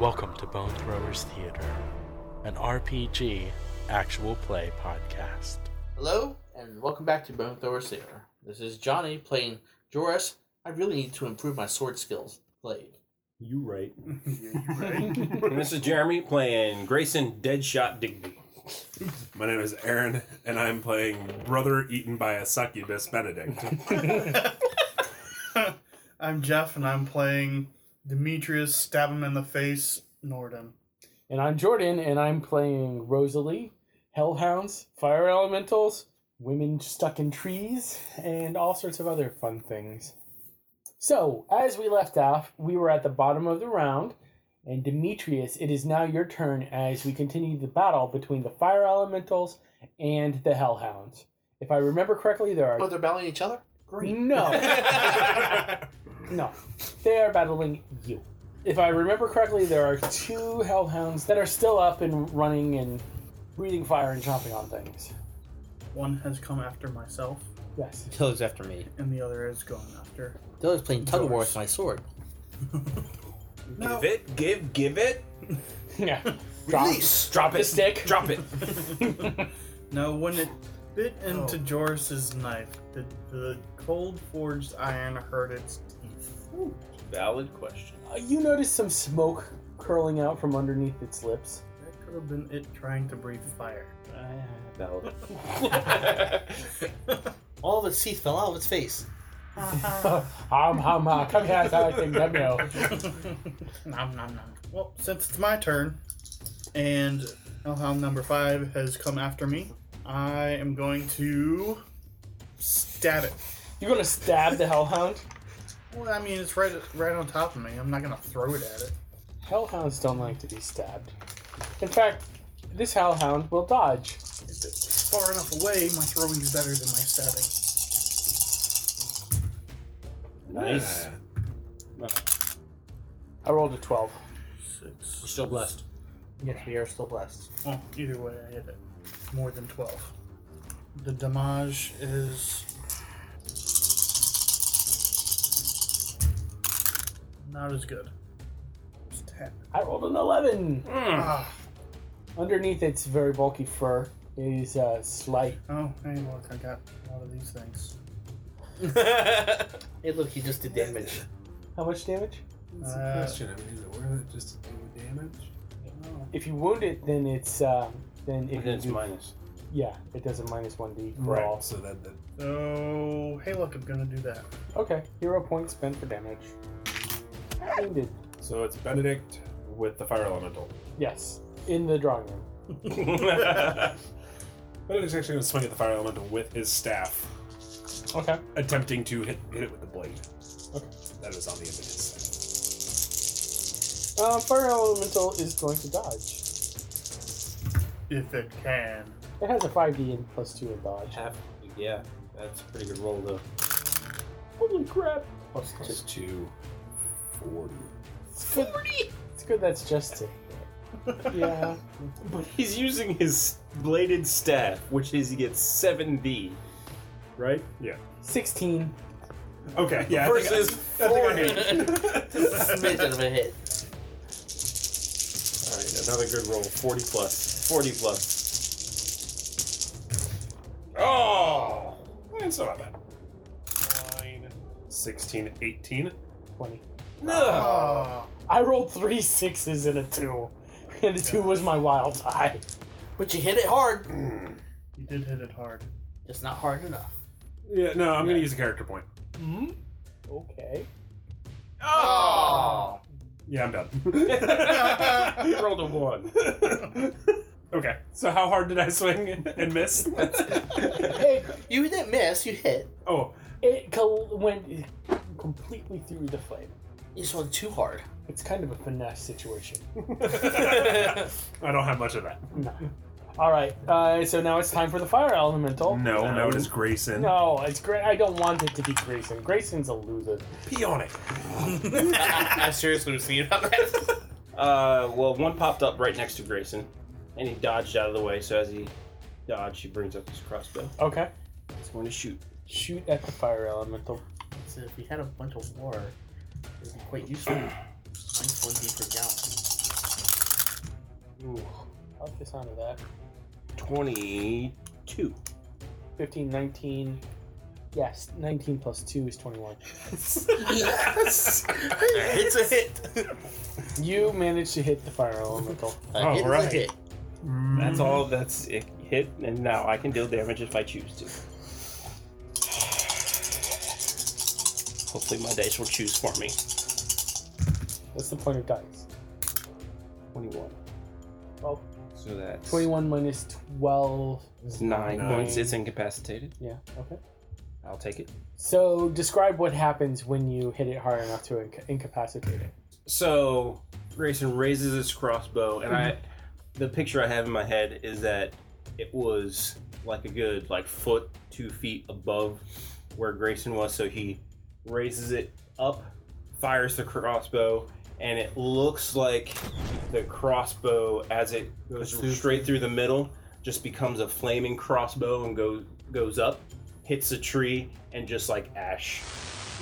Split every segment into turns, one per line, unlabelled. Welcome to Bone Throwers Theater, an RPG actual play podcast.
Hello, and welcome back to Bone Thrower Sailor. This is Johnny playing Joris. I really need to improve my sword skills. Blade.
You right.
And this is Jeremy playing Grayson Deadshot Digby.
My name is Aaron, and I'm playing Brother Eaten by a Succubus Benedict.
I'm Jeff, and I'm playing Demetrius. Stab him in the face, Norden.
And I'm Jordan, and I'm playing Rosalie, Hellhounds, Fire Elementals, Women Stuck in Trees, and all sorts of other fun things. So, as we left off, we were at the bottom of the round, and Demetrius, it is now your turn as we continue the battle between the Fire Elementals and the Hellhounds. If I remember correctly, there
Oh,
are.
they're battling each other? Great.
No, no. They are battling you. If I remember correctly, there are two hellhounds that are still up and running and breathing fire and chomping on things.
One has come after myself,
Yes.
Toad's after me.
and the other is going after.
Dylan's playing tug of war with my sword.
Give it, give, give it.
Yeah. Drop.
Drop it.
The stick.
Drop it.
Now, when it bit into Joris's knife, did the cold forged iron hurt its teeth?
Valid question.
Uh, You notice some smoke curling out from underneath its lips.
That could have been it trying to breathe fire.
Valid.
All of its teeth fell out of its face.
Hum, hum, hum. Come here, I think, let me know.
Nom nom nom. Well, since it's my turn, and Hellhound number five has come after me, I am going to stab it.
You're gonna stab the hellhound?
Well, I mean, it's right right on top of me. I'm not gonna throw it at it.
Hellhounds don't like to be stabbed. In fact, this hellhound will dodge.
If it's far enough away, my throwing is better than my stabbing.
Uh,
Nice.
I rolled a 12.
Six.
Still blessed.
Yes, we are still blessed.
Well, either way, I hit it. More than twelve. The damage is not as good. It's ten.
I rolled an 11.
Ah.
Underneath its very bulky fur is a slight.
Oh, hey, look, I got a lot of these things.
Hey, look, he just did damage.
How much damage?
That's the
Uh,
question. I mean, is it worth it just to do the damage?
If you wound it, then it's uh, then it
And it's
you-
minus.
Yeah, it does a minus one d for all.
Right. So that, that
So, hey, look, I'm gonna do that.
Okay, hero point spent for damage. Wounded.
so it's Benedict with the fire elemental.
Yes, in the drawing room.
Benedict's actually going to swing at the fire elemental with his staff,
Okay.
attempting to hit, hit it with the blade.
Okay.
That is on the end of his staff.
Uh, fire elemental is going to dodge.
If it can.
It has a five d and plus two in dodge.
Half. Yeah, that's a pretty good roll though.
Holy crap!
Plus two.
Just to 40.
It's good. It's good. That's just it. Yeah.
But he's using his bladed staff, which is he gets seven D. Right?
Sixteen.
Okay, yeah. I think I- I
Versus
think I
forty.
hit it.
Smidgen of a hit.
All right, another good roll. Forty plus. Forty plus.
Oh! It's not bad. 9, 16, 18.
Twenty.
No.
Oh.
I rolled three sixes and a two, and the two was my wild die.
But you hit it hard.
You did hit it hard.
Just not hard enough.
Yeah, no, I'm going to use a character point.
Hmm. Okay.
Oh!
Yeah, I'm done.
He rolled a one.
okay, so how hard did I swing and miss?
It
You didn't miss, you hit.
oh,
it col- went completely through the flame.
It's one too hard.
It's kind of a finesse situation.
I don't have much of that.
No. All right. Uh, so now it's time for the fire elemental.
No, Um, no, it is Grayson.
No, it's great. I don't want it to be Grayson. Grayson's a loser.
Pee on it.
Uh,
I seriously was thinking about that.
Uh, well, one popped up right next to Grayson, and he dodged out of the way. So as he dodged, he brings up his crossbow.
Okay.
He's going to shoot.
Shoot at the fire elemental.
So if we had a bunch of water, it'd be quite useful. Mine's one D per gallon.
Ooh. I like the sound of that.
Twenty-two.
15, 19. Yes, 19 plus 2 is 21.
yes, it's a hit.
You managed to hit the fire elemental.
A
All
hit is a
right.
hit.
That's all. That's it. Hit, and now I can deal damage if I choose to. Hopefully, my dice will choose for me.
That's the point of dice.
Twenty-one. Oh,
Well,
So that's
21 minus 12.
It's nine,
Nine.
points. It's incapacitated.
Yeah, okay.
I'll take it.
So describe what happens when you hit it hard enough to inca- incapacitate it.
So Grayson raises his crossbow, and I, the picture I have in my head is that it was like a good like foot, two feet above where Grayson was. So he raises it up, fires the crossbow, and it looks like the crossbow as it goes straight through the middle just becomes a flaming crossbow and goes goes up, hits a tree, and just like ash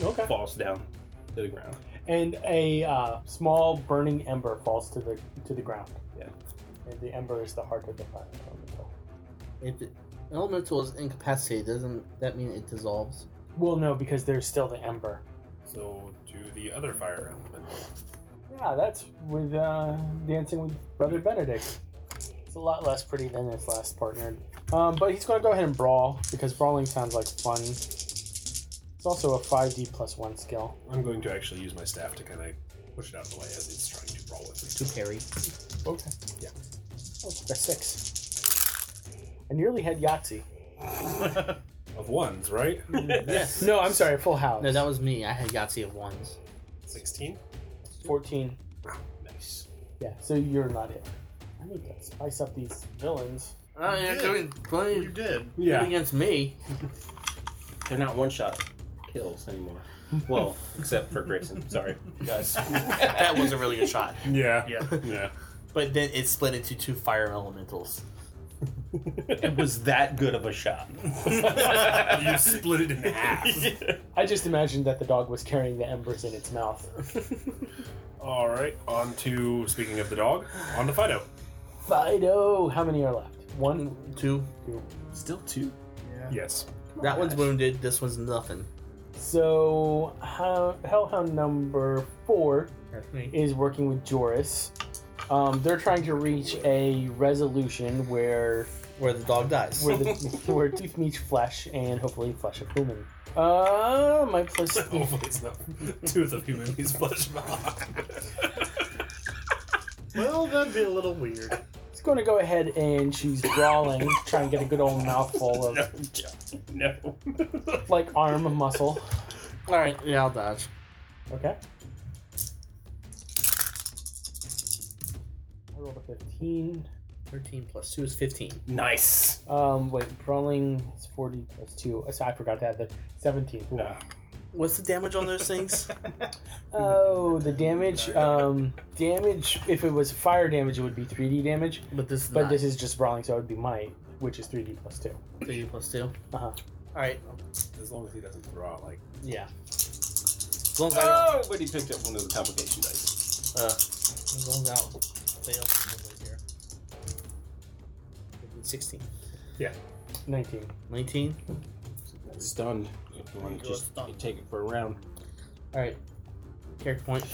Okay.
falls down to the ground.
And a uh, small burning ember falls to the to the ground.
Yeah.
And the ember is the heart of the fire elemental.
If it, an elemental is incapacitated, doesn't that mean it dissolves?
Well, no, because there's still the ember.
So do the other fire element.
Yeah, that's with uh, dancing with Brother Benedict. It's a lot less pretty than his last partner. Um, but he's going to go ahead and brawl because brawling sounds like fun. It's also a 5d plus 1 skill.
I'm going to actually use my staff to kind of push it out of the way as it's trying to brawl with me.
To parry.
Okay.
Yeah.
Oh, that's 6. I nearly had Yahtzee.
Of ones, right?
yes.
No, I'm sorry, full house.
No, that was me. I had Yahtzee of ones.
16?
14.
Nice.
Yeah, so you're not it. I need to spice up these villains.
Oh, yeah,
Good.
going
You
playing
did.
Yeah.
against me.
They're not one shot kills anymore. Well, except for Grayson. Sorry, guys.
that was a really good shot.
Yeah.
Yeah.
Yeah.
But then it split into two fire elementals.
it was that good of a shot.
you split it in half.
I just imagined that the dog was carrying the embers in its mouth.
All right. On to, speaking of the dog, on to Fido.
Fido! How many are left? One?
Two.
Two.
Still two.
yeah.
Yes.
That one's wounded. This one's nothing.
So, how, Hellhound number four is working with Joris. Um, they're trying to reach a resolution where
Where the dog dies.
where, the, where teeth meet flesh and hopefully flesh of human. Uh, my plus
Hopefully it's not tooth of human beings flesh.
Well, that'd be a little weird.
It's going to go ahead and she's brawling, try and get a good old mouthful of
no.
like arm muscle.
All right. Yeah, I'll dodge.
Okay. I rolled a 15.
Thirteen plus two is fifteen.
Nice.
Um, wait, brawling is 40 plus 2. So I forgot to add the 17.
No.
What's the damage on those things?
Oh, the damage. Um, damage, if it was fire damage, it would be 3d damage.
but this is
But
not.
this is just brawling, so it would be might, which is 3d plus 2.
three plus two.
Uh huh.
All right.
As long as he doesn't throw out like
Yeah. As long as I don't,
Oh, but he picked up one of the complication dice.
as long as I don't fail. here. Sixteen.
19.
Nineteen.
Stunned. If you want to just take it for a round.
All right. Character point.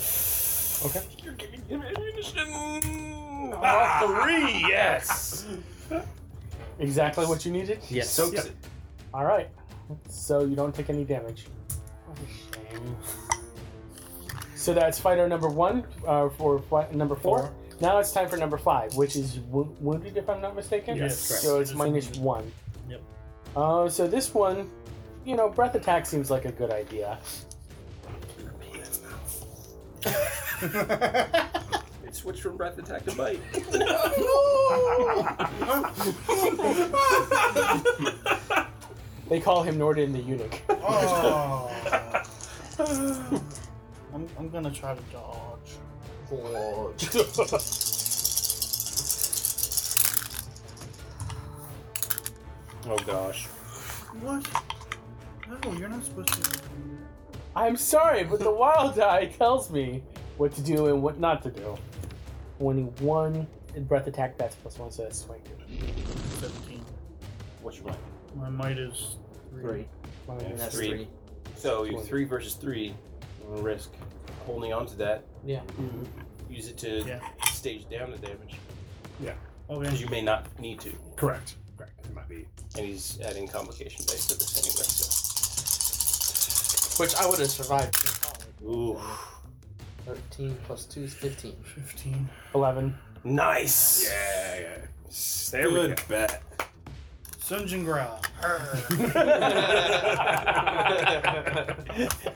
Okay.
You're giving him ammunition. Ah, three. Yes.
Exactly what you needed?
Yes.
Soaks
Yep.
it.
All right. So you don't take any damage. What a shame. So that's fighter number one uh, for fi- number four.
Four.
Now it's time for number five, which is wo- wounded, if I'm not mistaken.
Yes, correct.
So it's minus one.
Yep.
Uh, so this one, you know, breath attack seems like a good idea.
It switched from breath attack to bite.
They call him Norden the eunuch.
oh. I'm, I'm gonna try to dodge.
Oh gosh.
What? No, you're not supposed to.
I'm sorry, but the wild eye tells me what to do and what not to do. When one breath attack, that's plus one, so that's 22.
17.
What's your bite?
My might is three.
Three. And that's three.
Three. So you three versus three. I'm gonna risk holding on to that. Mm-hmm.
Yeah.
Use it to
Yeah.
stage down the damage
Okay.
because you may not need to.
Correct. Correct. It might be.
And he's adding complication dice to this anyway. So.
Which I would have survived.
Ooh.
13 plus 2 is 15.
15.
11.
Nice.
Yeah, yeah.
There we
Good bet.
Sunjin Growl. Arr.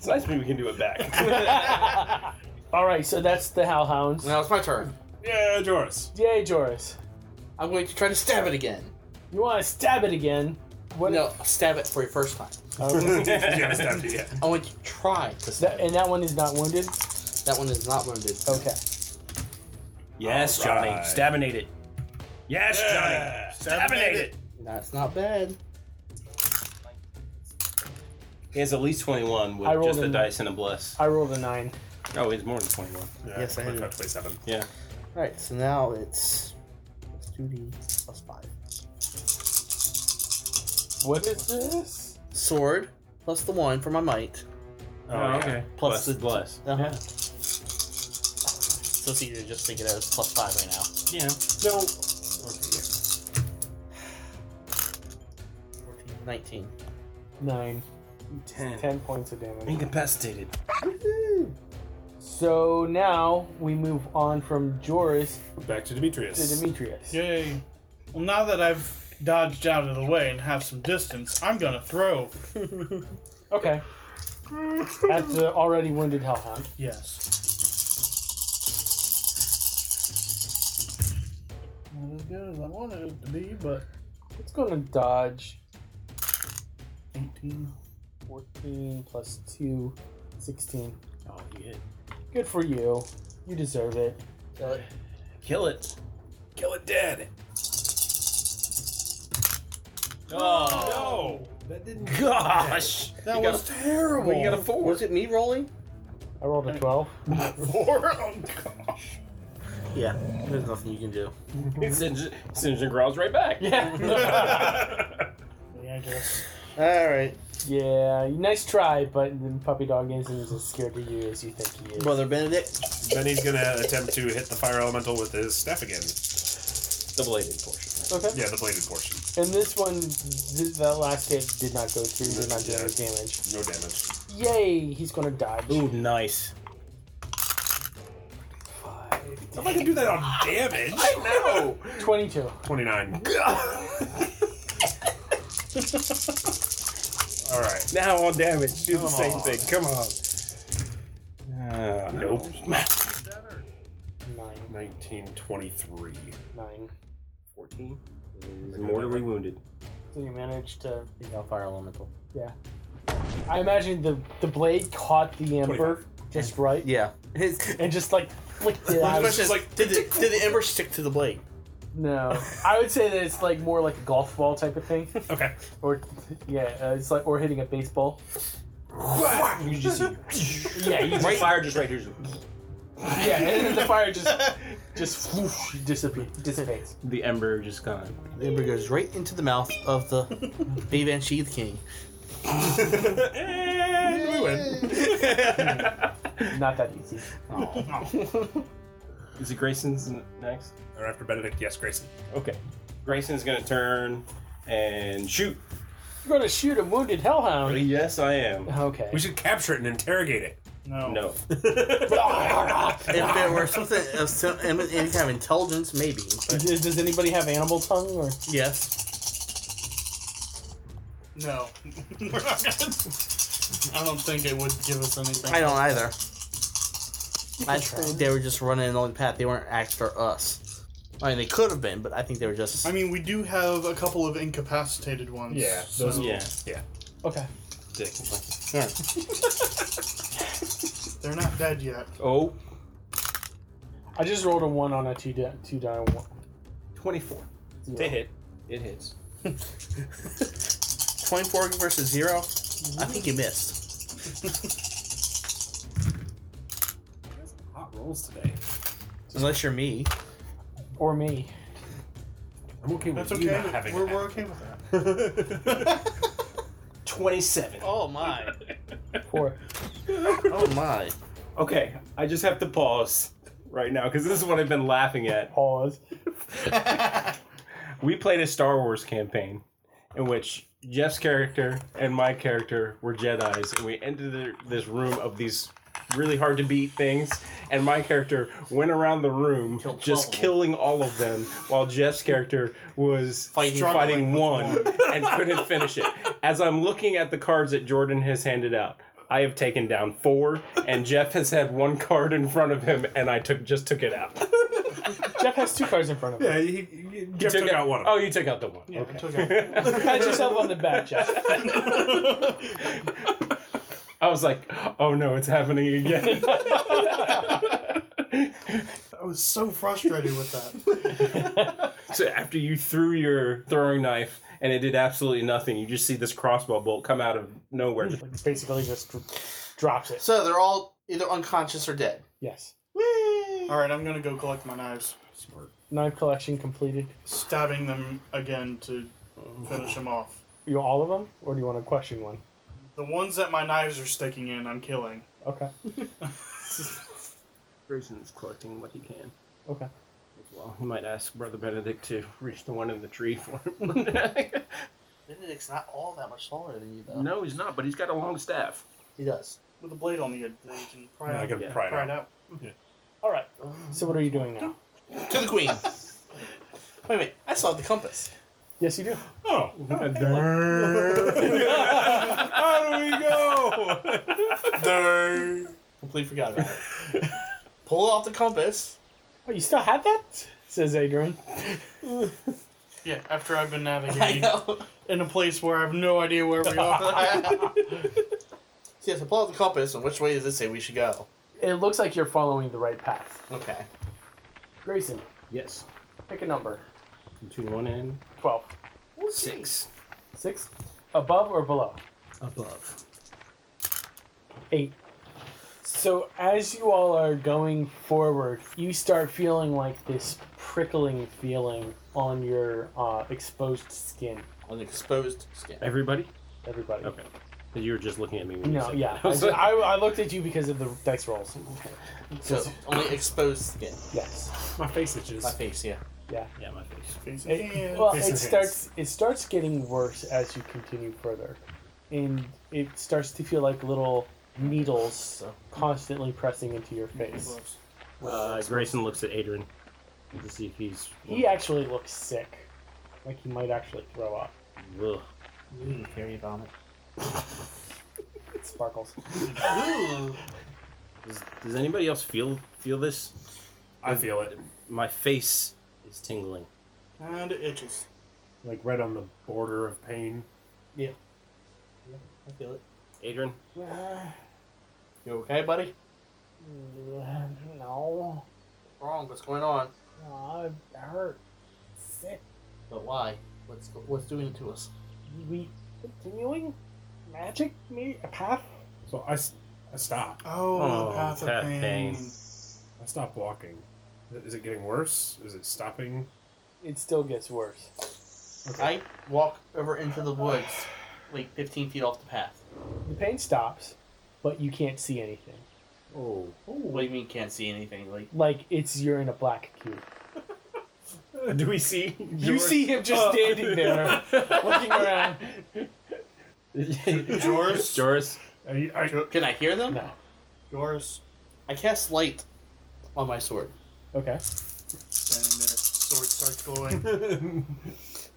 It's nice when we can do it back.
All right, so that's the hellhounds.
Now it's my turn.
Yeah, Joris.
Yay, Joris.
I'm going to try to stab it again.
You want to stab it again? What?
No, stab it for your first time.
Oh,
yeah, stab it, yeah.
I want to try to stab
that,
it.
and that one is not wounded?
That one is not wounded.
Okay.
yes, Johnny.
Alright.
Stabinate it. Yes,
Yeah.
Johnny. Stabinate it.
That's not bad.
He has at least 21
I
with
rolled
just the
in-
dice and a bless.
I rolled a 9.
Oh, he's more than 21.
yeah
Yes, I
I'm
do.
at 27.
Yeah.
Alright, so now it's plus 2d plus 5.
What is this?
Sword plus the 1 for my might.
Oh, okay.
Plus
Plus,
the-
the bless.
Uh-huh.
Yeah.
So it's easier to just think of it as plus 5 right now.
Yeah.
No.
19.
9.
10.
10 points of damage.
Incapacitated.
So now we move on from Joris
Back to
to
Demetrius.
Demetrius.
Yay. Well, now that I've dodged out of the way and have some distance, I'm gonna throw.
Okay. That's an already wounded hellhound.
Yes. Not as good as I wanted it to be, but
It's going to dodge
18.
14 plus 2, 16.
Oh, you hit.
Good for you. You deserve it.
Kill it.
Kill it dead.
Oh,
No. That didn't.
gosh.
That
You got
was terrible.
You got a four.
Was it me rolling?
I rolled a 12.
four? Oh, gosh.
Yeah. There's nothing you can do.
Sinjin Sinjin growls right back.
Yeah.
Yeah, I guess.
Alright.
yeah, nice try, but the puppy dog isn't as scared of you as you think he is.
Brother Benedict.
Then he's gonna attempt to hit the fire elemental with his staff again.
the bladed portion.
okay.
Yeah, the bladed portion.
And this one, th- that last hit did not go through, did not do any damage.
No damage.
Yay, he's going to dodge.
Ooh, nice.
Five,
If I can do that on damage.
22.
29. All right.
Now on damage, do the same thing. Come on. Uh,
Nope.
Nine.
1923.
Nine.
14. Mortally wounded.
So you managed to.
Fire elemental.
I imagine the the blade caught the ember just right
Yeah. His
and just like flicked it
My
out.
question is, did, the, did the ember stick to the blade?
No, I would say that it's like more like a golf ball type of thing,
Okay.
or yeah, uh, it's like or hitting a baseball.
You just see. yeah, you just fire just right here.
Yeah, and then the fire just just whoosh, dissipa- dissipates.
The ember just gone.
The ember goes right into the mouth of the Bevan Sheath King.
And we win.
Not that easy.
Is it Grayson's next?
Or after Benedict, yes, Grayson.
Okay. Grayson's gonna turn and shoot.
You're gonna shoot a wounded hellhound.
Yes, I am.
Okay.
We should capture it and interrogate it.
No.
No.
If there were something of some, any kind of intelligence, maybe. But
Does does anybody have animal tongue or?
yes.
No. We're not gonna- I don't think it would give us anything.
I don't either. I think they were just running an only path. They weren't after us. I mean, they could have been, but I think they were just.
I mean, we do have a couple of incapacitated ones.
Yeah,
so-
Yeah.
Okay.
They're not dead yet.
Oh,
I just rolled a one on a two die, two die one.
24.
zero.
They hit. It hits.
24 versus 0? I think you missed.
Hot rolls today.
Unless you're me.
Or me.
I'm okay with
That's
you not
okay.
having
We're,
it.
we're okay with that.
27.
Oh my.
Or
Oh my.
Okay, I just have to pause right now because this is what I've been laughing at.
pause.
We played a Star Wars campaign in which Jeff's character and my character were Jedi's, and we entered the- this room of these really hard to beat things, and my character went around the room
Killed
just
12.
killing all of them, while Jeff's character was
Fighting-
fighting one and couldn't finish it. As I'm looking at the cards that Jordan has handed out. I have taken down four, and Jeff has had one card in front of him, and I took just took it out.
Jeff has two cards in front of him.
Yeah, he, he, Jeff took, out one of them.
Oh, you took out the one.
Yeah, I
okay.
took out
Pat yourself on the back, Jeff.
I was like, oh no, it's happening again.
I was so frustrated with that.
so after you threw your throwing knife and it did absolutely nothing, you just see this crossbow bolt come out of nowhere.
Like, basically just dr- drops it.
So they're all either unconscious or dead.
Yes.
All right, I'm gonna go collect my knives.
Knife collection completed.
Stabbing them again to finish them off.
You want all of them, or do you want to question one?
The ones that my knives are sticking in, I'm killing.
Okay.
Grayson is collecting what he can.
Okay.
Well, he might ask Brother Benedict to reach the one in the tree for him.
Benedict's not all that much taller than you, though.
no, he's not, but he's got a long staff.
He does.
With a blade on the end, that you can pry,
Yeah, I
out,
gotta
Yeah.
pry it
pry it
out.
out.
All right. So what are you doing now?
To the queen. wait, wait. I saw the compass.
Yes, you do.
Oh, how do we go?
Completely forgot about it. Pull off the compass.
Oh, you still have that? Says Adrian.
Yeah, after I've been
I
navigating
know.
in a place where I have no idea where we are.
See, so pull out the compass, and which way does it say we should go?
It looks like you're following the right path.
Okay.
Grayson,
Yes.
pick a number.
Two, one, and
Twelve.
six.
Six. Above or below?
Above.
Eight. So as you all are going forward, you start feeling like this prickling feeling on your uh, exposed skin.
On exposed skin.
Everybody?
Everybody.
Okay. You were just looking at me. When you
No,
said
yeah.
that.
I, I, I looked at you because of the dice rolls.
So only exposed skin.
Yes.
My face itches.
My face, yeah.
Yeah.
yeah, my face.
It, well,
Yes, it
it
is.
starts. It starts getting worse as you continue further, and it starts to feel like little needles constantly pressing into your face.
Uh, Grayson looks at Adrian to see if he's.
He actually looks sick, like he might actually throw up.
Ugh.
Ooh, hairy vomit.
It sparkles.
Does, does anybody else feel feel this?
I feel it.
My face is tingling.
and it itches.
Like right on the border of pain.
I feel it.
Adrian,
You okay, buddy?
No,
Wrong. What's going on?
no, it hurt. Sick.
But why? What's what's doing it to us?
We continuing magic me a path.
So I, s- I stopped.
Oh,
Oh,
the path of
that
pain.
pain.
I stopped walking. Is it getting worse? Is it stopping?
It still gets worse.
I walk over into the woods, like 15 feet off the path.
The pain stops, but you can't see anything.
oh,
What do you mean can't see anything? Like
Like it's you're in a black cube.
do we see?
You see him just standing there, looking around.
Joris. Joris.
Are you, are you-
can I hear them?
No.
Yours.
I cast light on my sword.
Okay.
Standing there. Sword starts glowing.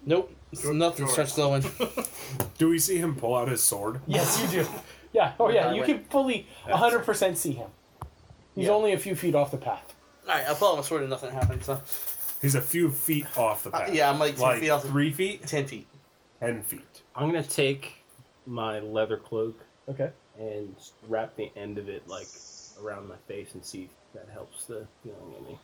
Nope. Nothing
Joris.
starts glowing.
do we see him pull out his sword?
Yes, you do. Yeah. Oh, yeah. You can fully 100% see him. He's
Yeah.
only a few feet off the path.
Alright, I pull out my sword and nothing happens. So.
He's a few feet off the
Uh,
path.
yeah, I'm like 10
Like
feet off the
Three feet.
10 feet.
Ten feet.
I'm gonna take my leather cloak
Okay.
and wrap the end of it like around my face and see if that helps the feeling in me.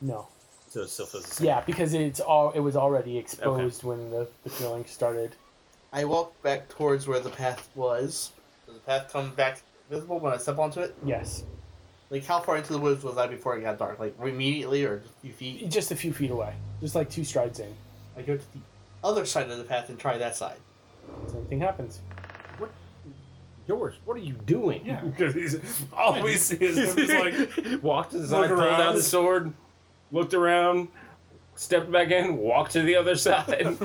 No.
So it still feels the same.
Yeah, because it's all it was already exposed when the, the drilling started.
I walk back towards where the path was. Does the path come back visible when I step onto it?
Yes.
Like, how far into the woods was I before it got dark? Like, immediately or just a few feet?
Just a few feet away. Just like two strides in.
I go to the other side of the path and try that side.
Same thing happens.
Yours. What are you doing?
Yeah, because he's all we see is him. He's like,
walked to the side,
Look
pulled
around.
out the sword, looked around, stepped back in, walked to the other side.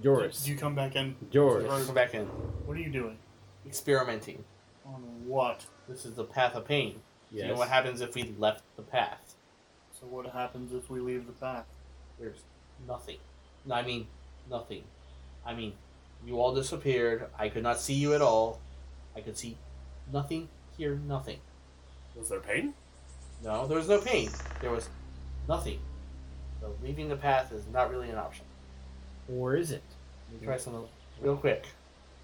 Yours.
Do you come back in?
Yours.
Go back in.
What are you doing?
Experimenting.
On what?
This is the path of pain. Do You know
Yes.
what happens if we left the path?
So what happens if we leave the path?
There's nothing. No, I mean, nothing. I mean, you all disappeared. I could not see you at all. I could see nothing, hear nothing.
was there pain?
No, there was no pain. There was nothing. So leaving the path is not really an option.
Or is it?
Let me try something real quick.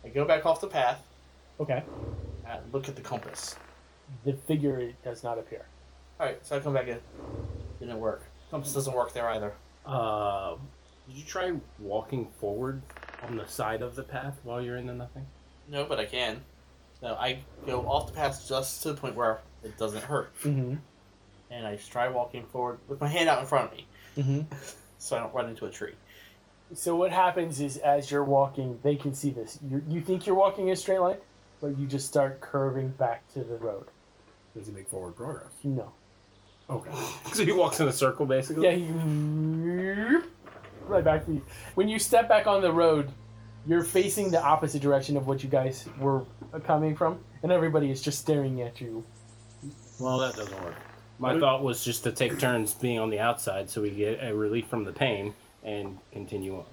I go back off the path.
Okay.
and I look at the compass.
The figure does not appear.
All right, so I come back in. Didn't work. Compass doesn't work there either.
Uh, did you try walking forward on the side of the path while you're in the nothing?
No, but I can. So I go off the path just to the point where it doesn't hurt,
Mm-hmm.
and I try walking forward with my hand out in front of me,
Mm-hmm.
so I don't run into a tree.
So what happens is, as you're walking, they can see this. you you think you're walking in a straight line, but you just start curving back to the road.
Does he make forward progress?
No.
Okay.
So he walks in a circle, basically.
Yeah. You, right back to you. When you step back on the road, you're facing the opposite direction of what you guys were coming from, and everybody is just staring at you.
Well, that doesn't work. My thought was just to take turns being on the outside, so we get a relief from the pain and continue on.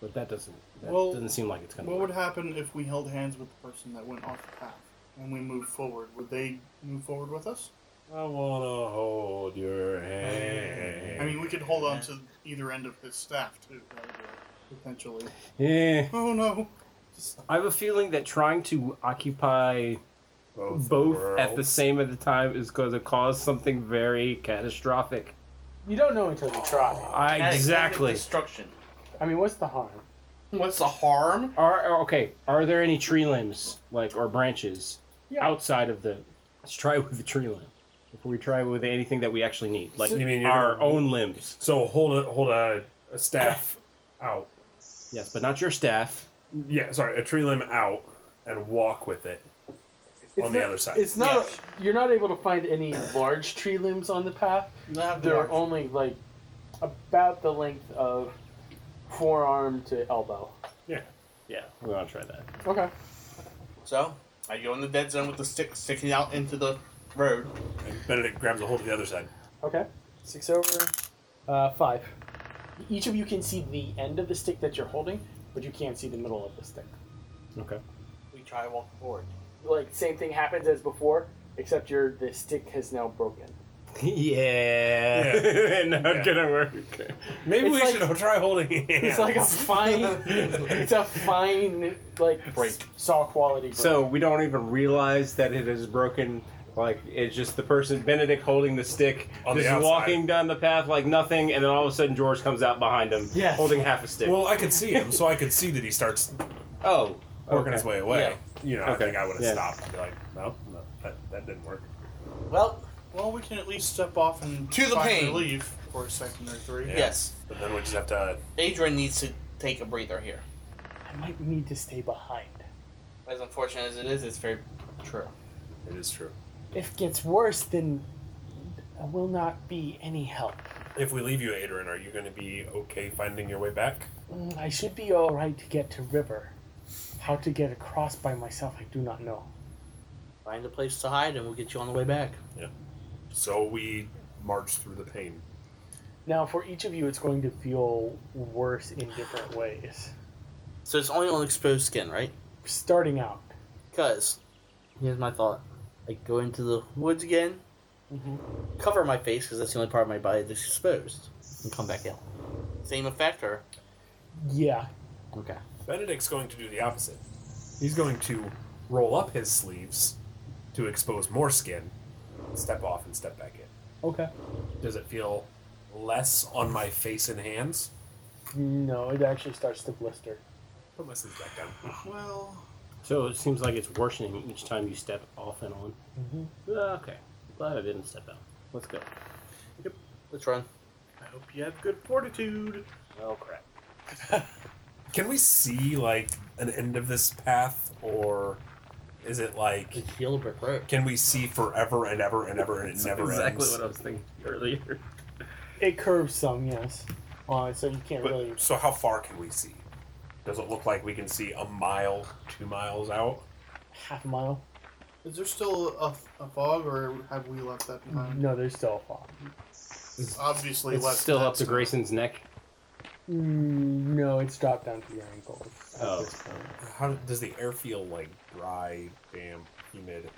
But that doesn't. That
Well,
doesn't seem like it's gonna.
What
work.
would happen if we held hands with the person that went off the path and we moved forward? Would they move forward with us?
I wanna hold your hand.
I mean, we could hold on to either end of his staff too, that would work, potentially.
Eh.
Oh no!
I have a feeling that trying to occupy both at the
worlds.
same at the time is going to cause something very catastrophic.
You don't know until you try.
I, exactly.
Destruction.
I mean, what's the harm?
What's the harm?
Are are- okay. Are there any tree limbs like or branches
Yeah.
outside of the? Let's try with the tree limb. Before we try with anything that we actually need, like
You mean you're
our
gonna-
own limbs.
So hold a hold a, a staff out.
Yes, but not your staff.
Yeah, sorry, a tree limb out and walk with it on the
not-
other side.
It's not. You're not able to find any large tree limbs on the path.
Not
They're only like about the length of forearm to elbow.
yeah.
Yeah, we want to try that.
Okay.
So I go in the dead zone with the stick sticking out into the road.
And Benedict grabs a hold of the other side.
Okay. Six over. Uh, five. Each of you can see the end of the stick that you're holding, but you can't see the middle of the stick.
Okay.
We try walking forward.
Like same thing happens as before, except your the stick has now broken.
yeah. not
Yeah.
gonna work.
Maybe
It's
we
like-
should try holding hands.
It's like a fine. it's a fine like
Break.
saw quality. Break.
So we don't even realize that it is broken. Like it's just the person Benedict holding the stick,
On the
just
outside.
walking down the path like nothing, and then all of a sudden George comes out behind him,
Yes.
holding half a stick.
well, I could see him, so I could see that he starts
oh,
working
okay.
his way away. You know,
Okay.
I think I would have
Yeah.
stopped and be like, no, no, that, that didn't work.
Well,
Well, we can at least step off and
To the
find
pain.
relief for a second or three.
Yeah.
yes,
But then we just have to.
Adrian needs to take a breather here.
I might need to stay behind.
As unfortunate as it is, it's very true.
It is true.
If it gets worse, then I will not be any help.
If we leave you, Adrian, are you going to be okay finding your way back?
Mm, I should be all right to get to river. How to get across by myself, I do not know.
Find a place to hide, and we'll get you on the way back.
So we march through the pain.
Now, for each of you, it's going to feel worse in different ways.
So it's only on exposed skin, right?
Starting out,
Because here's my thought: I go into the woods again, cover my face because that's the only part of my body that's exposed, and come back out. Same effect, or
Yeah.
okay.
Benedict's going to do the opposite. He's going to roll up his sleeves to expose more skin, step off, and step back in.
Okay.
Does it feel less on my face and hands?
No, it actually starts to blister.
Put my sleeves back down.
Well,
So it seems like it's worsening each time you step off and on. Mm-hmm. okay. Glad I didn't step out. Let's go.
Let's run.
I hope you have good fortitude.
Oh, crap.
Can we see like an end of this path, or is it like
It's yellow brick road.
can we see forever and ever and ever and it never
exactly
ends?
what I was thinking earlier.
It curves some, yes. Uh, so you can't
But-
really.
So how far can we see? Does it look like we can see a mile, two miles out?
Half a mile?
Is there still a, a fog, or have we left that behind?
No, there's still a fog.
Obviously,
It's
left
still up to
that's-
Grayson's neck.
Mm, no, it's dropped down to your ankles. at
Oh.
this point.
How does the air feel like? Dry, damp, humid.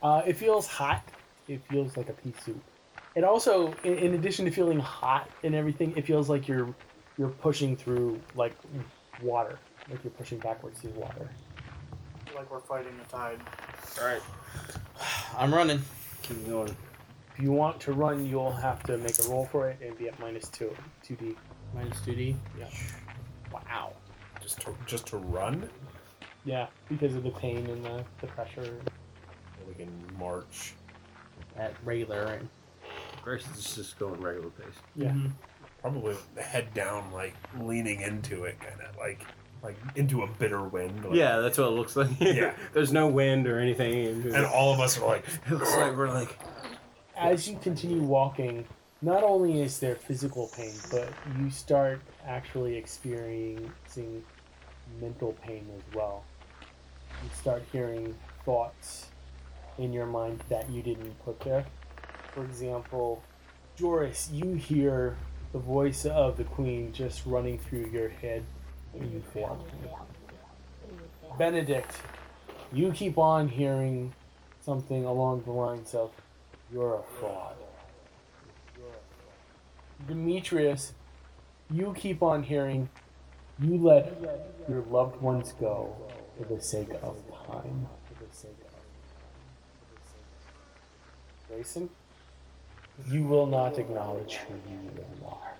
Uh, it feels hot. It feels like a pea soup. It also, in, in addition to feeling hot and everything, it feels like you're you're pushing through like water, like you're pushing backwards through water.
Like we're fighting the tide.
Alright.
I'm running.
Keep going.
If you want to run, you'll have to make a roll for it and be at minus two, two D.
Minus two D.
Wow.
Just to, just to run?
Yeah, because of the pain and the, the pressure.
We can march.
at regular. Right?
Grayson's just going regular pace.
Yeah.
Mm-hmm.
Probably with the head down, like leaning into it, kind of like like into a bitter wind. Like,
Yeah, that's what it looks like.
Yeah.
There's no wind or anything.
And all of us are like,
It looks like we're like
As you continue walking, not only is there physical pain, but you start actually experiencing mental pain as well. You start hearing thoughts in your mind that you didn't put there. For example, Joris, you hear the voice of the queen just running through your head and you fail. Benedict, you keep on hearing something along the lines of, You're a fraud. Demetrius, you keep on hearing, You let your loved ones go for the sake of time. Grayson, you will not acknowledge who you are.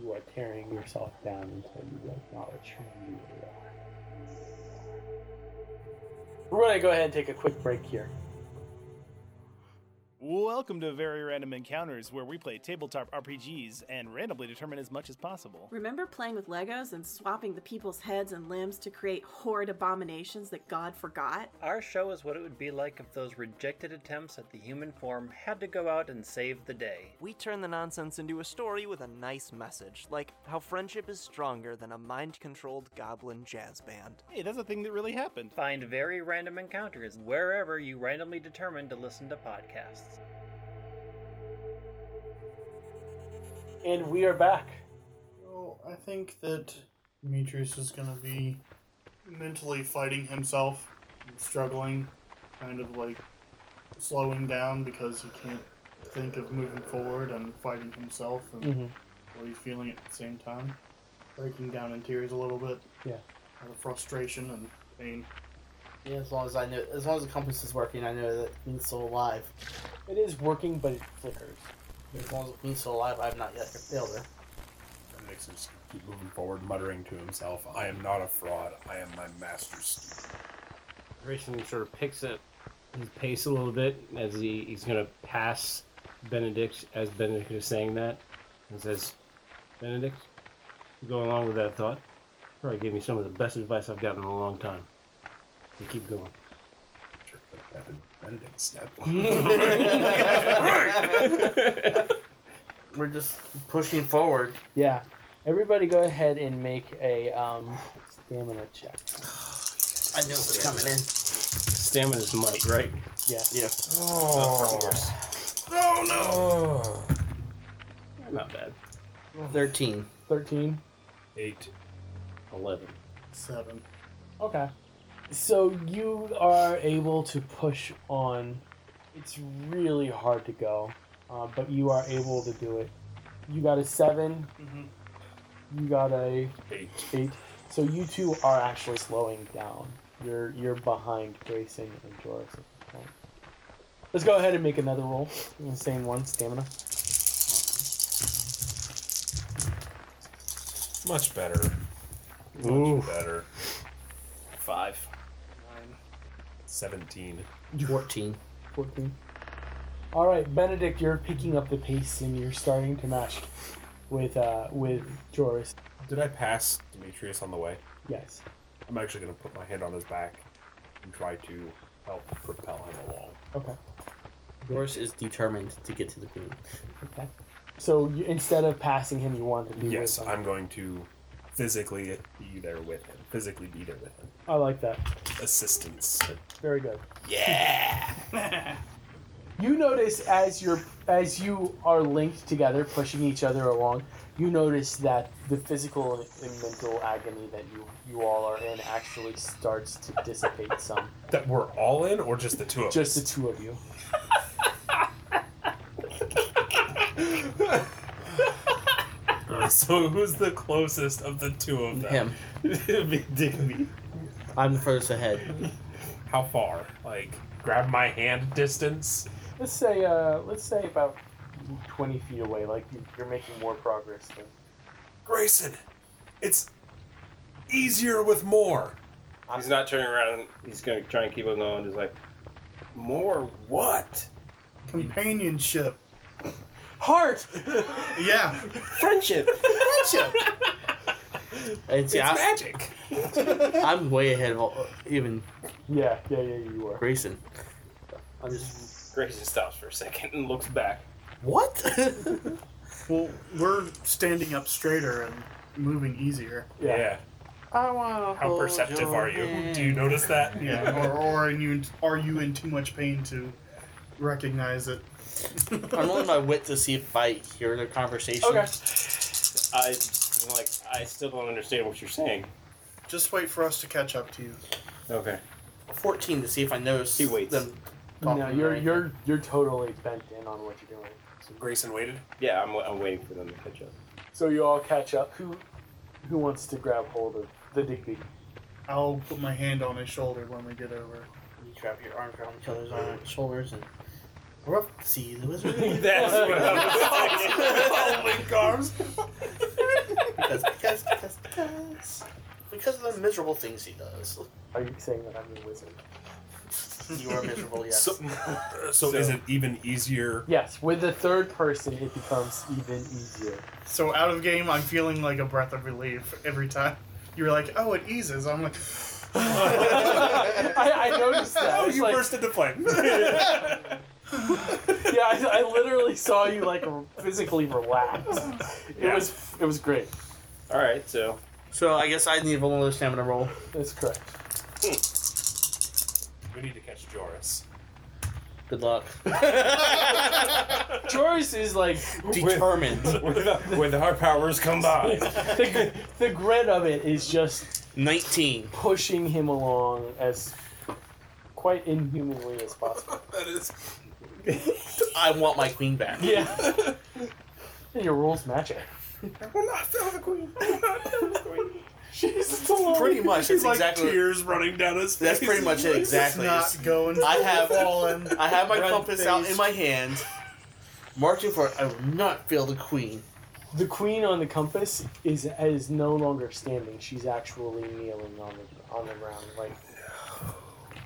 You are tearing yourself down until you acknowledge who you are. We're going to go ahead and take a quick break here.
Welcome to Very Random Encounters, where we play tabletop RPGs and randomly determine as much as possible.
Remember playing with Legos and swapping the people's heads and limbs to create horrid abominations that God forgot?
Our show is what it would be like if those rejected attempts at the human form had to go out and save the day.
We turn the nonsense into a story with a nice message, like how friendship is stronger than a mind controlled goblin jazz band.
Hey, that's a thing that really happened.
Find very random encounters wherever you randomly determine to listen to podcasts.
And we are back.
Well, I think that Demetrius is going to be mentally fighting himself, struggling, kind of like slowing down because he can't think of moving forward and fighting himself and
Mhm.
what he's feeling at the same time. Breaking down in tears a little bit.
Yeah.
Out of frustration and pain.
Yeah, as long as I know, as long as the compass is working, I know that Queen's still alive.
It is working, but it flickers.
As long as the Queen's still alive, I've not yet failed her.
Benedict's just keep moving forward, muttering to himself, "I am not a fraud. I am my master's." student."
Grayson sort of picks up his pace a little bit as he, he's gonna pass Benedict as Benedict is saying that and says, Benedict, going along with that thought, probably gave me some of the best advice I've gotten in a long time. You keep going.
Sure, but that did Benedict step.
We're just pushing forward.
Yeah. Everybody go ahead and make a um, stamina check.
I knew it was coming in.
Stamina's might, right?
Yeah.
oh no!
Not bad.
Thirteen.
13.
Eight.
Eleven.
Seven.
Okay. So you are able to push on. It's really hard to go, uh, but you are able to do it. You got a 7 You got a
eight.
So you two are actually slowing down. You're you're behind Grayson and Joris at this point. Let's go ahead and make another roll. The same one, stamina.
Much better.
Ooh.
Much better.
Five.
Nine.
Seventeen.
14.
14. All right, Benedict, you're picking up the pace and you're starting to match with uh with Joris.
Did I pass Demetrius on the way?
Yes.
I'm actually going to put my hand on his back and try to help propel him along.
Okay.
Yours is determined to get to the queen.
Okay. So you, instead of passing him, you want to be
Yes,
with him.
I'm going to physically be there with him. Physically be there with him.
I like that.
Assistance.
Very good.
Yeah.
You notice as you're as you are linked together, pushing each other along, you notice that the physical and mental agony that you you all are in actually starts to dissipate some.
That we're all in, or just the two of
Just the two of you.
us? so who's the closest of the two of them? Him. Digby.
I'm the furthest ahead.
How far? Like, grab my hand distance?
Let's say uh, let's say about twenty feet away. Like you, you're making more progress. Than,
Grayson, it's easier with more.
He's not turning around. He's going to try and keep on going. He's like, more what?
Companionship.
Heart.
Yeah.
Friendship.
Friendship.
And see, I,
magic.
I'm way ahead of all, even
yeah, yeah, yeah. You are.
Grayson. I'm just
Grayson stops for a second and looks back.
what?
Well, we're standing up straighter and moving easier.
Yeah.
I want
How perceptive are you? Do you notice that?
Yeah. Or, or are you are you in too much pain to recognize it?
I'm rolling my wit to see if I hear the conversation.
Okay.
I like. I still don't understand what you're saying.
Just wait for us to catch up to you.
Okay.
14 to see if I notice.
He waits.
Them talking
No, you're
right.
you're you're totally bent in on what you're doing.
Grayson waited.
Yeah, I'm, I'm waiting for them to catch up.
So you all catch up. Who who wants to grab hold of the Digby?
I'll put my hand on his shoulder when we get over.
You wrap your arms around each other's arm, shoulders and. We're up to see the wizard.
That's what I was saying.
oh my arms.
because, because, because, because. Because of the miserable things he does.
Are you saying that I'm the wizard?
You are miserable, yes.
So, uh, so is it even easier?
Yes, with the third person, it becomes even easier.
So out of game, I'm feeling like a breath of relief every time. You're like, oh, it eases. I'm like,
I, I noticed that.
Oh,
It's
you
like-
burst into flame.
Yeah, I, I literally saw you like r- physically relax. It
Yeah.
was it was great.
All right, so
So I guess I need another stamina roll.
That's correct.
we need to catch Joris.
Good luck.
Joris is like
Determined.
with, with our powers combined,
the, the grit of it is just
19.
pushing him along as quite inhumanly as possible.
That is.
I want my queen back.
Yeah, and your rules match it.
We're not done with the queen. We're not done with the queen.
She's alone.
Pretty much. That's
He's like
exactly.
tears running down his face.
That's pretty much it.
it's
Exactly.
not going.
I have-
fallen.
I have my
Red
compass
face.
out in my hand, marching for it. I will not fail the queen.
The queen on the compass is is no longer standing. She's actually kneeling on the on the ground. Like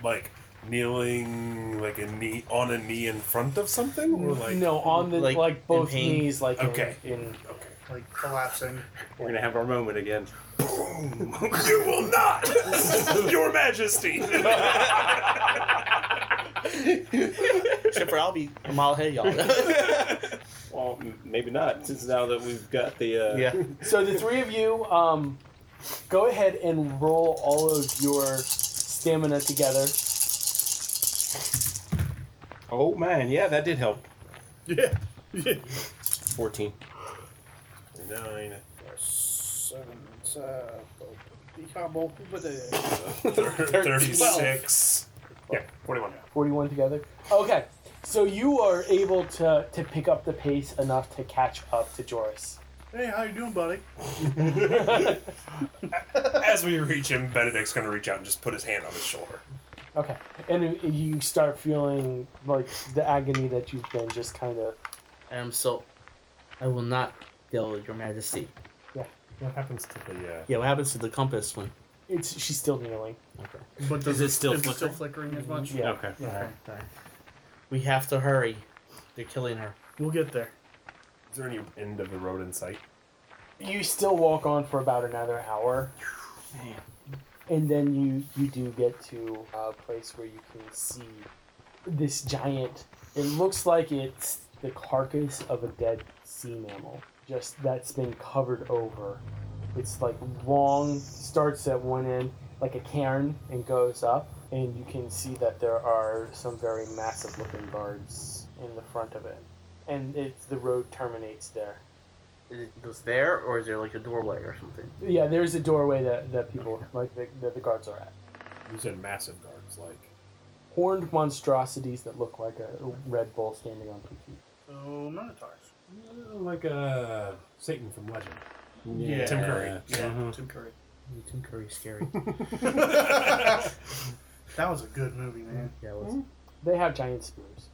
Like kneeling, like a knee on a knee in front of something, or like
no, on the
like,
like,
in
both
pain?
knees, like in-
Okay.
in
Okay.
Like collapsing.
we're gonna have our moment again.
you will not, Your Majesty.
Except for I'll be a mile ahead of y'all.
Well, m- maybe not, since now that we've got the uh,
yeah.
So the three of you, um, go ahead and roll all of your stamina together.
Oh man, yeah, that did help.
Yeah.
Fourteen.
Nine.
Seven. Uh,
combo with a.
36. Yeah, 41.
41 together. Okay, so you are able to, to pick up the pace enough to catch up to Joris.
Hey, how you doing, buddy?
As we reach him, Benedict's going to reach out and just put his hand on his shoulder.
Okay, and you start feeling like the agony that you've been just kind of.
I am so. I will not deal with your majesty.
What happens to the. Uh...
Yeah, what happens to the compass one?
It's she's still kneeling.
Okay.
But
does it still
it's
flicker?
still flickering as much?
Yeah. Okay. We have to hurry. They're killing her.
We'll get there.
Is there any end of the road in sight?
You still walk on for about another hour, and then you you do get to a place where you can see this giant. It looks like it's the carcass of a dead sea mammal, just that's been covered over. It's like long, starts at one end like a cairn and goes up, and you can see that there are some very massive looking birds in the front of it, and it, the road terminates there.
Is it just there, or is there like a doorway or something?
Yeah, there's a doorway that, that people like the, that the guards are at.
You said massive guards, like.
Horned monstrosities that look like a red bull standing on two feet.
So, Minotaurs.
Like uh, Satan from Legend.
Yeah.
Tim Curry.
Yeah, Tim Curry.
Tim Curry's scary.
that was a good movie, man.
Yeah, it
was.
Hmm? They have giant spears.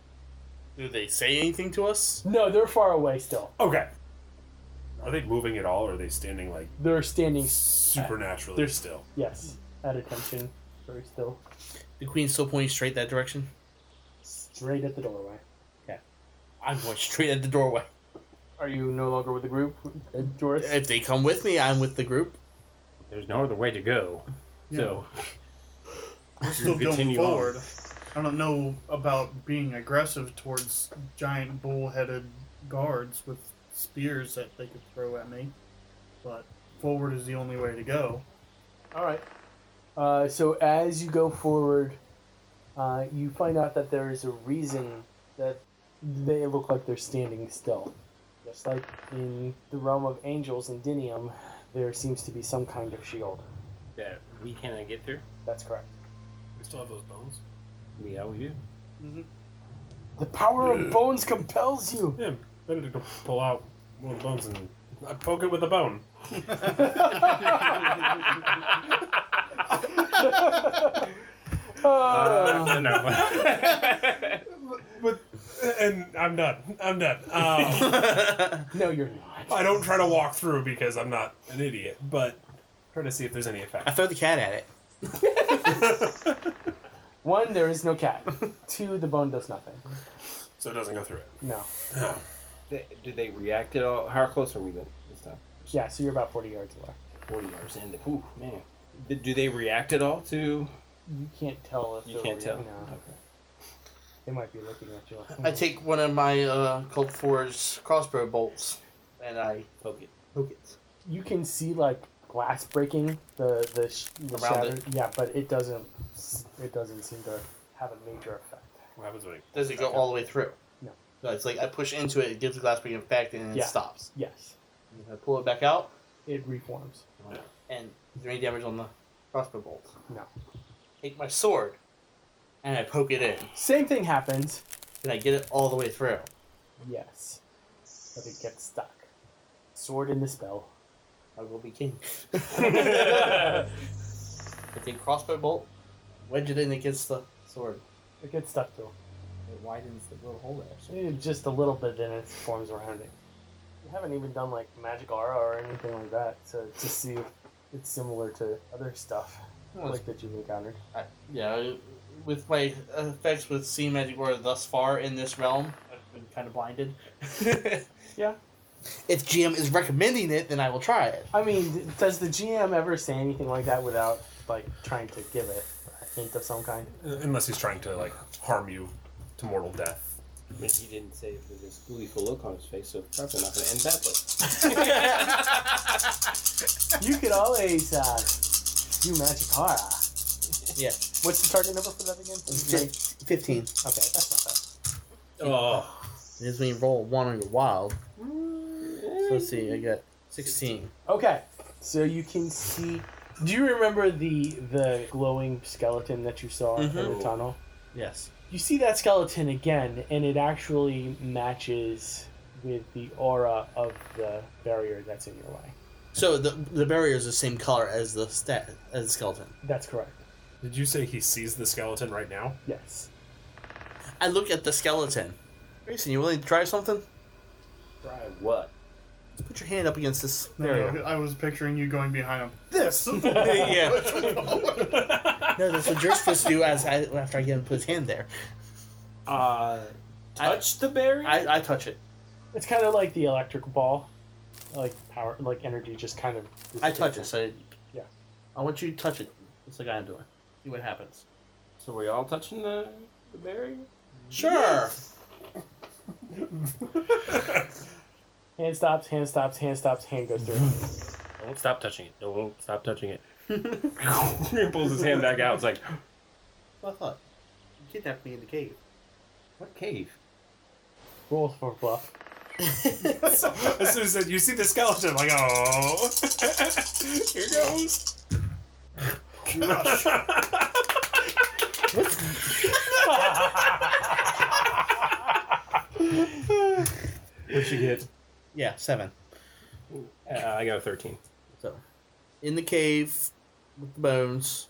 Do they say anything to us?
No, they're far away still.
Okay. Are they moving at all, or are they standing like
They're
Uh,
standing
supernaturally
They're-
still?
Yes, at attention, very still,
The queen's still pointing straight that direction.
straight at the doorway.
I'm going straight at the doorway.
Are you no longer with the group, Joris?
If they come with me, I'm with the group.
There's no other way to go. So
We're still going
continue on.
forward. I don't know about being aggressive towards giant bull-headed guards with spears that they could throw at me, but forward is the only way to go.
All right. Uh, so as you go forward, uh, you find out that there is a reason that they look like they're standing still. Just like in the realm of angels in Dinium, there seems to be some kind of shield.
that we cannot get through.
That's correct.
We still have those bones.
Yeah, we do.
The power of bones compels you.
Yeah, Benedict will pull out one of the bones and I poke it with a bone.
Uh,
but and I'm done. I'm done. Um,
no, you're not.
I don't try to walk through because I'm not an idiot, but try to see if there's any effect. I
throw the cat at it.
One, there is no cat. Two, the bone does nothing.
So it doesn't go through it.
No.
They- Did they react at all? How close are we then this time?
Yeah, so you're about 40 yards away.
Forty yards in. Ooh, man. Did, do they react at all to?
You can't tell if
You
they're
can't
real-
tell.
no. They might be looking at you. like,
I take one of my uh, Colt Forge crossbow bolts and I
poke it.
Poke it.
you can see like glass breaking the the, sh- the
Around
shatter. Yeah, but it doesn't it doesn't seem to have a major effect.
What happens when it
Does it go all the way through?
No.
So it's like I push into it, it gives the glass breaking effect, and then
Yeah.
it stops.
Yes,
And I pull it back out.
it reforms.
And is there any damage on the crossbow bolt?
No.
Take my sword, and I poke it in.
Same thing happens.
Can I get it all the way through?
Yes, but it gets stuck. Sword in the spell.
I will be king. I take crossbow bolt, wedge it in against the sword.
It gets stuck to
It widens the little hole there. So
it. just a little bit, then it forms around it. You haven't even done like magic aura or anything like that, so to see if it's similar to other stuff
Well,
like that you've encountered.
I, yeah, with my uh, effects with Sea Magic Aura thus far in this realm, I've been kind of blinded.
yeah.
If GM is recommending it, then I will try it.
I mean, d- does the GM ever say anything like that without like trying to give it a hint of some kind?
Uh, Unless he's trying to like harm you to mortal death.
I mean, he didn't say if there's this gleeful look on his face, so it's probably not going to end that way.
You could always uh, do magic aura.
Yeah.
What's the target number for that again?
Fifteen. Okay,
that's
not bad. Oh. It is when you roll one on your wild. Mm-hmm. So let's see, I got sixteen.
Okay, so you can see Do you remember the the glowing skeleton that you saw in
Mm-hmm.
the
Mhm.
tunnel?
Yes.
You see that skeleton again, and it actually matches with the aura of the barrier that's in your way.
So the the barrier is the same color as the stat as the skeleton.
That's correct.
Did you say he sees the skeleton right now?
Yes.
I look at the skeleton. Grayson, you willing to try something?
Try what?
Put your hand up against this
No,
Uh-huh.
barrier.
no, I was picturing you going behind him. This.
No, that's what you're supposed to do as I, after I get him to put his hand there.
Uh, touch the barrier.
I, I touch it.
It's kind of like the electric ball, like power, like energy, just kind of.
I touch it. So
yeah,
I want you to touch it. It's like I'm doing. See what happens.
So we all touching the the barrier?
Sure.
Hand stops, hand stops, hand stops, hand goes through.
Don't stop touching it. Don't stop touching it. he pulls his hand back out. It's like
I thought you kidnapped me in the cave.
what cave?
Roll for bluff.
as soon as I said, you see the skeleton, I'm like, oh. Here goes.
What'd you get?
Yeah, seven.
Uh, I got a thirteen.
So, in the cave with the bones,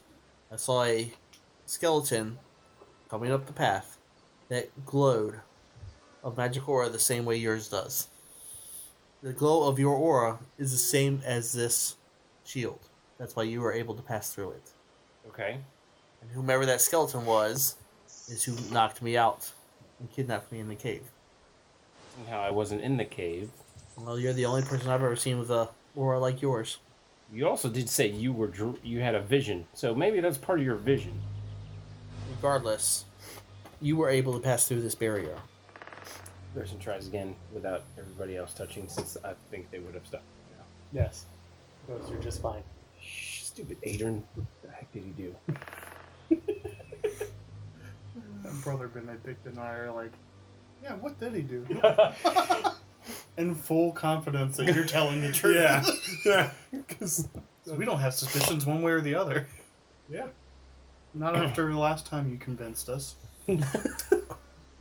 I saw a skeleton coming up the path that glowed of magic aura the same way yours does. The glow of your aura is the same as this shield. That's why you were able to pass through it.
Okay.
And whomever that skeleton was is who knocked me out and kidnapped me in the cave.
Somehow I wasn't in the cave.
Well, you're the only person I've ever seen with a aura like yours.
You also did say you were dr- you had a vision, so maybe that's part of your vision.
Regardless, you were able to pass through this barrier.
Person tries again without everybody else touching, since I think they would have stopped.
Yes. Those are just fine.
Stupid Adrian, what the heck did he do?
My brother been a big denier, like, yeah, what did he do? In full confidence that you're telling the truth.
Yeah.
yeah. Because we don't have suspicions one way or the other.
Yeah.
Not after the last time you convinced us.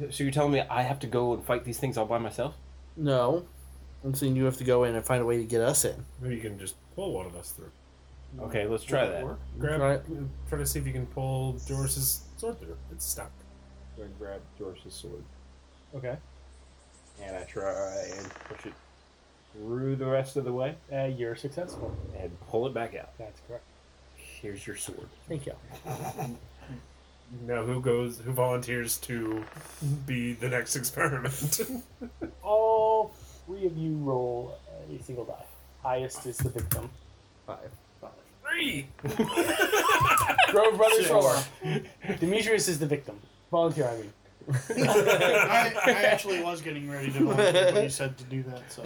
So you're telling me I have to go and fight these things all by myself?
No. I'm saying you have to go in and find a way to get us in.
Maybe you can just pull one of us through.
Okay, let's try
Would
that. Mm-hmm.
work? Grab,
Try
try,
it.
to see if you can pull Doris's sword through. It's stuck.
So I grab Doris's sword
Okay.
and I try and push it through the rest of the way
Uh, you're successful.
and pull it back out.
That's correct.
Here's your sword.
Thank you.
Now who goes? Who volunteers to be the next experiment?
All three of you roll a single die. Highest is the victim.
Five.
Three.
Grove Brothers
Six.
roll. Demetrius is the victim. Volunteer, I mean.
I, I actually was getting ready to volunteer when you said to do that, so.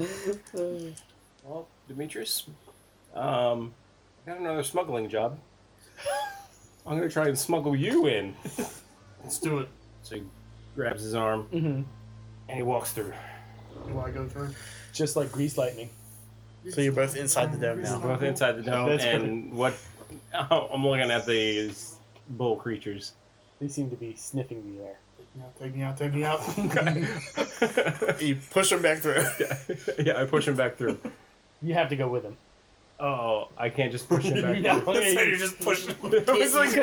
Well, Demetrius, um, I got another smuggling job. I'm gonna try and smuggle you in.
Let's do it.
So he grabs his arm
Mm-hmm.
and he walks through.
Do I go through?
Just like grease lightning.
So you're both inside the dome
We're
now.
both inside the dome,
That's
and what? I'm looking at these bull creatures.
They seem to be sniffing the air.
Take me out, take me out, take me out.
you push him back through.
yeah, I push him back through.
You have to go with him.
Oh, I can't just push him back
No,
through.
yeah, you-
just pushing.
It's like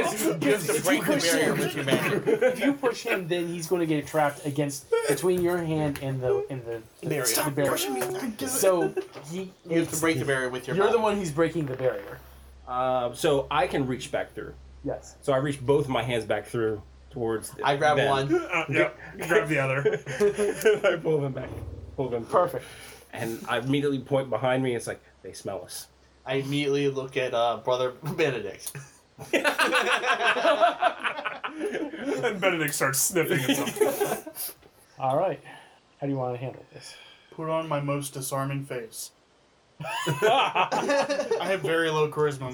You have to break the barrier with your magic.
if you push him, then he's going to get trapped against between your hand and the and the
Barrier.
The barrier. So he,
You have to break the barrier with your
you're the
body.
one who's breaking the barrier.
Uh, so I can reach back through.
Yes.
So I reach both of my hands back through towards.
I grab
them.
one.
yep. Grab the other.
I pull them back. Pull them. through.
Perfect.
And I immediately point behind me. It's like they smell us.
I immediately look at uh, Brother Benedict.
And Benedict starts sniffing at something.
All right. How do you want to handle this?
Put on my most disarming face. I have very low charisma,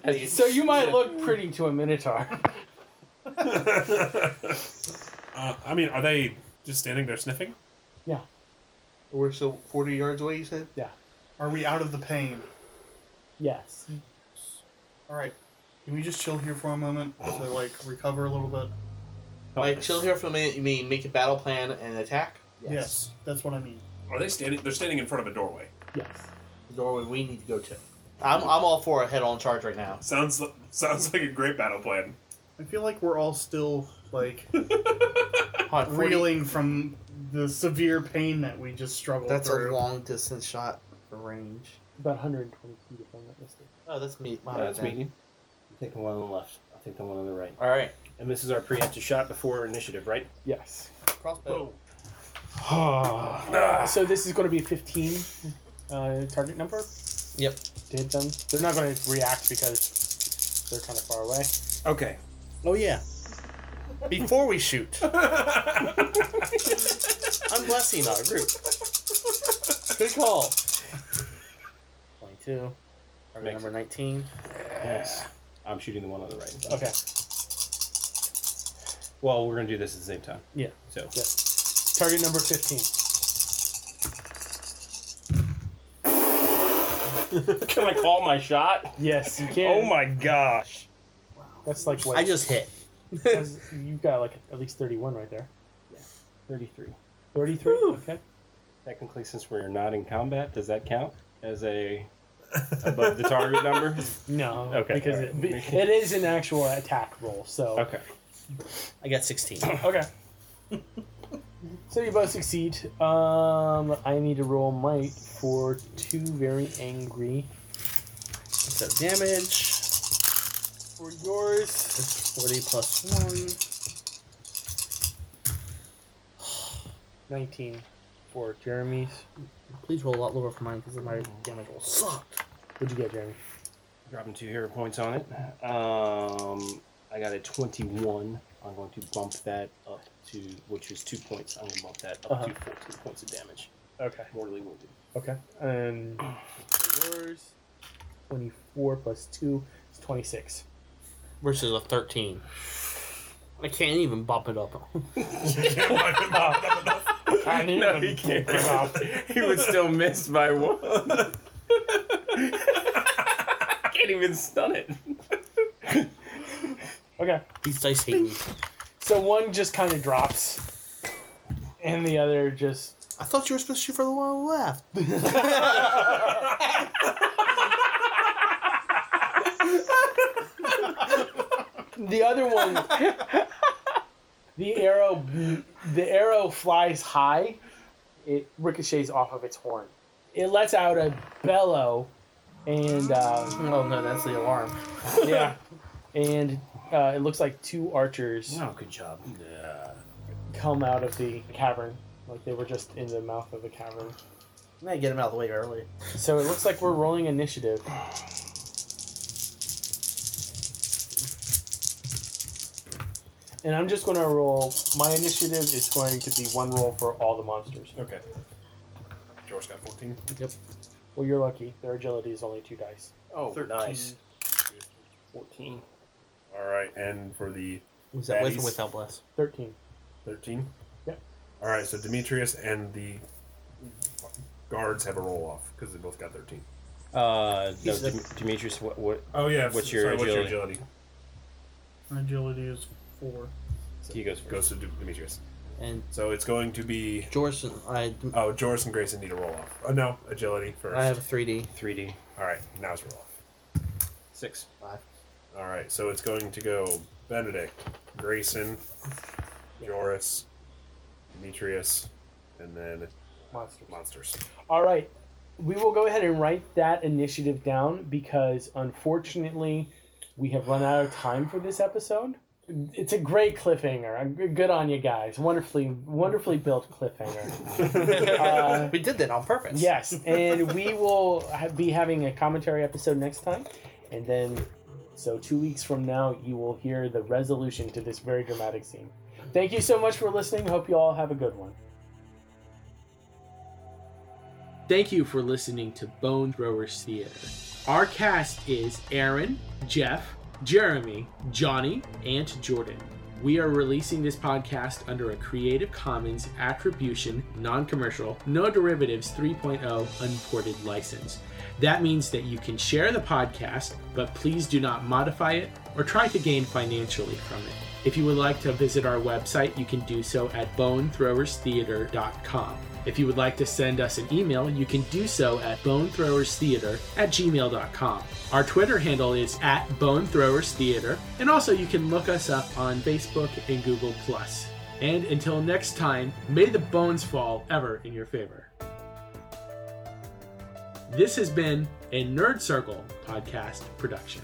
mind you.
So you might look pretty to a minotaur.
Uh, I mean, are they just standing there sniffing?
Yeah.
We're still 40 yards away, you said?
Yeah.
Are we out of the pain?
Yes.
All right. Can we just chill here for a moment to like recover a little bit?
Like, chill here for a minute. You mean make a battle plan and attack?
Yes, that's what I mean.
Are they standing? They're standing in front of a doorway.
Yes.
The doorway we need to go to. I'm, I'm all for a head-on charge right now.
Sounds li- sounds like a great battle plan.
I feel like we're all still like
Hot
reeling from the severe pain that we just struggled
That's a
through.
long distance shot for range.
About 120 feet if I'm not mistaken.
Oh, that's me.
Yeah, that's Uh, me. You Take the one on the left. I'll take the one on the right.
All right.
And this is our preemptive shot before initiative, right?
Yes.
Crossbow.
so this is going to be a 15 uh, target number.
Yep.
To hit them, they're not going to react because they're kind of far away.
Okay.
Oh yeah. Before we shoot. I'm blessing our group. Good call. 22. Target number 19.
Yes. I'm shooting the one on the right.
Okay.
Well, we're gonna do this at the same time.
Yeah.
So.
Yeah. Target number 15.
Can I call my shot?
Yes, you can.
Oh my gosh.
That's like what
I just hit.
That's- you've got like at least 31 right there.
Thirty-three.
33? Okay.
Technically, since we're not in combat, does that count as a above the target number?
No.
Okay.
Because
alright.
it, it is an actual attack roll, so.
Okay.
I got 16.
okay. So you both succeed. Um, I need to roll might for two very angry.
So damage.
For yours.
That's 40 plus
1. 19 for Jeremy's.
Please roll a lot lower for mine because my damage roll sucked.
What'd you get, Jeremy?
Dropping two hero points on it. Um, I got a 21. I'm going to bump that up to, which is two points. I'm going to bump that up
Uh-huh.
to 14 points of damage.
Okay.
Mortally wounded.
Okay. And for yours, 24 plus 2 is 26.
Versus a 13. I can't even bump it up.
no, he can't. he would still miss by one. can't even stun it.
Okay.
These dice hate me.
So one just kind of drops, and the other just.
I thought you were supposed to shoot for the one on the left.
The other one. the arrow, the arrow flies high. It ricochets off of its horn. It lets out a bellow, and um,
oh no, that's the alarm.
yeah, and uh, it looks like two archers
No, good job. Uh,
come out of the cavern, like they were just in the mouth of the cavern.
I gotta get him out of the way early.
So it looks like we're rolling initiative. And I'm just going to roll. My initiative is going to be one roll for all the monsters.
Okay. George got 14.
Yep. Well, you're lucky. Their agility is only two dice.
Oh,
13.
nice. 14.
All right, and for the
Was that with or
baddies,
without bless?
13.
13?
Yep.
All right, so Demetrius and the guards have a roll off because they both got 13.
Uh, no,
He's
Dem- Demetrius, what, what?
Oh, yeah.
What's
so-
your,
sorry,
agility?
what's your agility?
My agility is four.
He goes first.
Goes to Dem- Demetrius.
And
So it's going to be.
Joris and I,
Oh, Joris and Grayson need a roll off. Oh, no, agility first.
I have a 3D.
3D.
All right, now it's roll off.
Six.
Five.
All right, so it's going to go Benedict, Grayson, Joris, Demetrius, and then
Monsters.
monsters.
All right. We will go ahead and write that initiative down because unfortunately we have run out of time for this episode. It's a great cliffhanger. I'm- Good on you guys. Wonderfully, wonderfully built cliffhanger. Uh,
we did that on purpose.
yes, and we will ha- be having a commentary episode next time, and then so two weeks from now you will hear the resolution to this very dramatic scene. Thank you so much for listening. Hope you all have a good one. Thank you for listening to Bone Throwers Theater. Our cast is Aaron, Jeff, Jeremy, Johnny, and Jordan. We are releasing this podcast under a Creative Commons Attribution, Non Commercial, No Derivatives 3.0 Unported license. That means that you can share the podcast, but please do not modify it or try to gain financially from it. If you would like to visit our website, you can do so at bonethrowerstheater.com. If you would like to send us an email, you can do so at bonethrowerstheater at gmail.com. Our Twitter handle is at bonethrowerstheater, and also you can look us up on Facebook and Google+. And until next time, may the bones fall ever in your favor. This has been a Nerd Circle podcast production.